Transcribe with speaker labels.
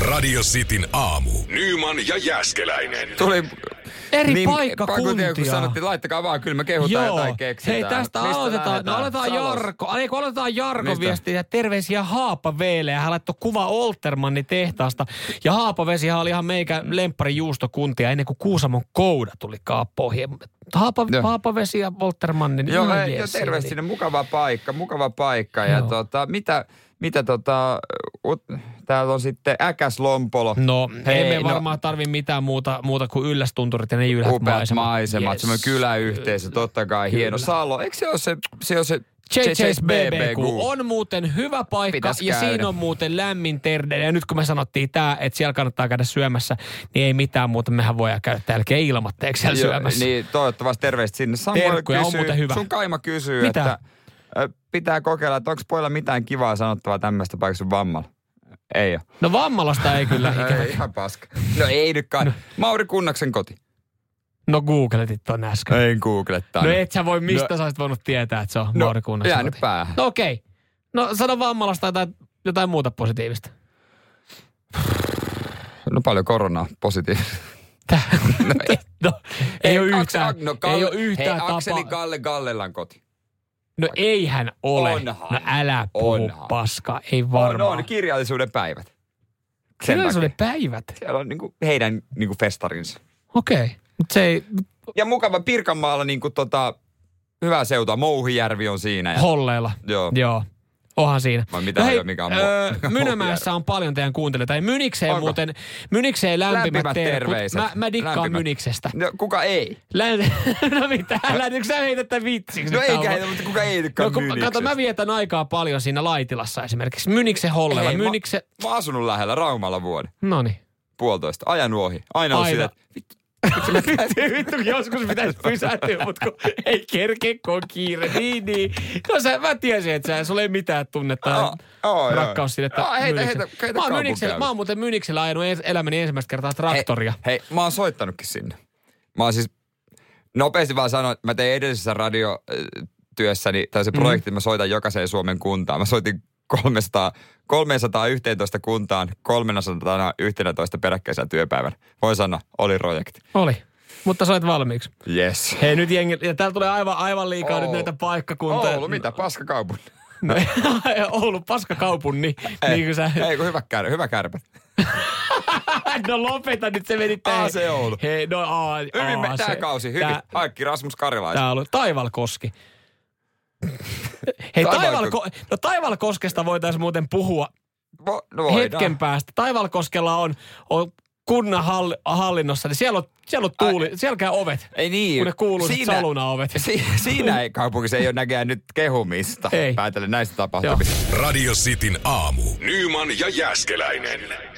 Speaker 1: Radio Cityn aamu. Nyman ja Jäskeläinen.
Speaker 2: Tuli
Speaker 3: Eri
Speaker 2: kun tiedä, kun
Speaker 3: paikkakuntia.
Speaker 2: sanottiin, laittakaa vaan, kyllä me kehutaan
Speaker 3: Joo.
Speaker 2: jotain keksitään.
Speaker 3: Hei, tästä
Speaker 2: Mistä
Speaker 3: aloitetaan. No
Speaker 2: lähdetään?
Speaker 3: aletaan
Speaker 2: Salos.
Speaker 3: Jarkko. Ei, kun aloitetaan Jarkon
Speaker 2: Mistä?
Speaker 3: viestiä. Terveisiä Haapa Veelle. Hän laittoi kuva Oltermannin tehtaasta. Ja Haapavesihan oli ihan meikä lemppari juustokuntia ennen kuin Kuusamon kouda tuli kaappoihin. Haapa,
Speaker 2: Joo.
Speaker 3: Haapavesi ja Oltermannin.
Speaker 2: Joo,
Speaker 3: ihan
Speaker 2: hei, joo
Speaker 3: jees
Speaker 2: terve
Speaker 3: siinä.
Speaker 2: sinne. Mukava paikka, mukava paikka. Ja
Speaker 3: Joo.
Speaker 2: tota, mitä, mitä tota, ut, täällä on sitten Äkäs Lompolo.
Speaker 3: No,
Speaker 2: Hei,
Speaker 3: Hei, emme
Speaker 2: no-
Speaker 3: varmaan tarvi mitään muuta, muuta kuin yllästunturit ja ne ylhät
Speaker 2: Upeat maisemat, maisemat yes. semmoinen kyläyhteisö, totta kai
Speaker 3: Kyllä.
Speaker 2: hieno. Salo, eikö se ole se, se, on se
Speaker 3: JJ's BBQ
Speaker 2: BBQ?
Speaker 3: on muuten hyvä paikka
Speaker 2: Pitäis
Speaker 3: ja
Speaker 2: käydä.
Speaker 3: siinä on muuten lämmin terde. Ja nyt kun me sanottiin tämä, että siellä kannattaa käydä syömässä, niin ei mitään muuta. Mehän voidaan käydä täällä jälkeen ilmatteeksi siellä
Speaker 2: Joo,
Speaker 3: syömässä.
Speaker 2: Niin, toivottavasti terveiset sinne. Samuel
Speaker 3: Terkkuja, on
Speaker 2: kysyy,
Speaker 3: muuten hyvä.
Speaker 2: Sun kaima kysyy,
Speaker 3: Mitä?
Speaker 2: että ö, pitää kokeilla, että onko pojalla mitään kivaa sanottavaa tämmöistä paikasta sun vammalla. Ei ole.
Speaker 3: No vammalasta ei kyllä ikävä.
Speaker 2: Ei, ihan paska. No ei nyt kai. Mauri Kunnaksen koti.
Speaker 3: No googletit ton äsken.
Speaker 2: En googlettaa.
Speaker 3: No et sä voi, mistä
Speaker 2: No-
Speaker 3: no, sä olisit voinut tietää, että se on
Speaker 2: No,
Speaker 3: no,
Speaker 2: jäänyt päähän.
Speaker 3: No okei. Okay. No sano vammalasta jotain, jotain muuta positiivista.
Speaker 2: No paljon koronaa, positiivista.
Speaker 3: Tää. No, ei, no, ei, ole
Speaker 2: Aks-
Speaker 3: yhtään,
Speaker 2: Ag- no
Speaker 3: ei
Speaker 2: Kalle-
Speaker 3: ole yhtään
Speaker 2: hei, Akseli
Speaker 3: tapaa.
Speaker 2: Kalle Gallelan koti.
Speaker 3: No eihän ole.
Speaker 2: Onhan.
Speaker 3: No älä puhu
Speaker 2: Onhan.
Speaker 3: paskaa, ei
Speaker 2: On,
Speaker 3: varmaan.
Speaker 2: No, on kirjallisuuden päivät. Sen
Speaker 3: Kirjallisuuden
Speaker 2: takia.
Speaker 3: päivät.
Speaker 2: Siellä on niinku heidän niinku festarinsa.
Speaker 3: Okei. Okay. Se ei...
Speaker 2: Ja mukava Pirkanmaalla niinku tota, hyvää seutua. Mouhijärvi on siinä. Ja,
Speaker 3: Holleilla.
Speaker 2: joo.
Speaker 3: Joo. Onhan siinä. No
Speaker 2: Vai mitä ei ole mikään muu- mikään muu
Speaker 3: Mynämäessä on paljon teidän kuuntelijoita. Ja Mynikseen
Speaker 2: Onko?
Speaker 3: Onko? muuten, Mynikseen lämpimät,
Speaker 2: Lämpimät
Speaker 3: terkut.
Speaker 2: terveiset.
Speaker 3: Mä, mä dikkaan
Speaker 2: Lämpimät.
Speaker 3: Myniksestä.
Speaker 2: No, kuka ei?
Speaker 3: Län... no mitä, älä nyt sä heität tämän vitsiksi.
Speaker 2: No
Speaker 3: nyt
Speaker 2: ei
Speaker 3: kauan.
Speaker 2: käy, mutta kuka ei tykkää
Speaker 3: No kun, kato, mä vietän aikaa paljon siinä Laitilassa esimerkiksi. Myniksen Holleilla.
Speaker 2: Hei, mä-
Speaker 3: Myniksen...
Speaker 2: mä oon asunut lähellä Raumalla vuoden.
Speaker 3: No niin.
Speaker 2: Puolitoista. Ajanut ohi. Aina on
Speaker 3: Aina.
Speaker 2: sitä, että vittu.
Speaker 3: Vittu, vittu, kun joskus pitäisi pysähtyä, mutta kun ei kerke, kun on kiire. Niin, niin. No sä, mä tiesin, että sä, sulla ei mitään tunnetta.
Speaker 2: Joo, joo, joo.
Speaker 3: rakkaus sinne, että
Speaker 2: Joo, heitä-
Speaker 3: Mynikselle.
Speaker 2: heitä- heitä
Speaker 3: mä, oon
Speaker 2: kaupunkiin.
Speaker 3: Myniksellä, mä oon muuten Myniksellä ajanut ens- elämäni ensimmäistä kertaa traktoria.
Speaker 2: Hei, hei, mä oon soittanutkin sinne. Mä oon siis, nopeasti vaan sanoin, että mä tein edellisessä radiotyössäni, tai
Speaker 3: Mhm.
Speaker 2: se projekti, mä soitan jokaiseen Suomen kuntaan. Mä soitin 300, 311 kuntaan 311 peräkkäisen työpäivän. Voi sanoa, oli projekti.
Speaker 3: Oli. Mutta sä olet valmiiksi.
Speaker 2: Yes.
Speaker 3: Hei nyt jengi, ja täällä tulee aivan, aivan liikaa
Speaker 2: Oulu.
Speaker 3: nyt näitä paikkakuntia.
Speaker 2: Oulu, mitä? Paska kaupunki.
Speaker 3: No, Oulu, paskakaupunni. niin kuin sä...
Speaker 2: Ei, kun hyvä, kär, hyvä kärpät.
Speaker 3: no lopeta nyt, se meni tähän.
Speaker 2: AC Oulu.
Speaker 3: Hei, no aa,
Speaker 2: Hyvin me,
Speaker 3: aa,
Speaker 2: tää
Speaker 3: se-
Speaker 2: kausi, hyvin.
Speaker 3: tää-
Speaker 2: Kaikki Rasmus Karjalaisen.
Speaker 3: Tää on ollut Taivalkoski. Hei, Taivalko,
Speaker 2: Taivalko-
Speaker 3: no Taivalkoskesta voitaisiin muuten puhua
Speaker 2: Vo, no voidaan.
Speaker 3: hetken päästä. Taivalkoskella on, on kunnan hall, hallinnossa, niin siellä on, siellä on tuuli, siellä käy ovet.
Speaker 2: Ei niin.
Speaker 3: Kun ne kuuluu sit salunaovet.
Speaker 2: Si, siinä ei kaupungissa ei ole näkään nyt kehumista.
Speaker 3: Ei.
Speaker 2: Päätellen näistä tapahtumista.
Speaker 1: Radio Cityn aamu. Nyman ja Jäskeläinen.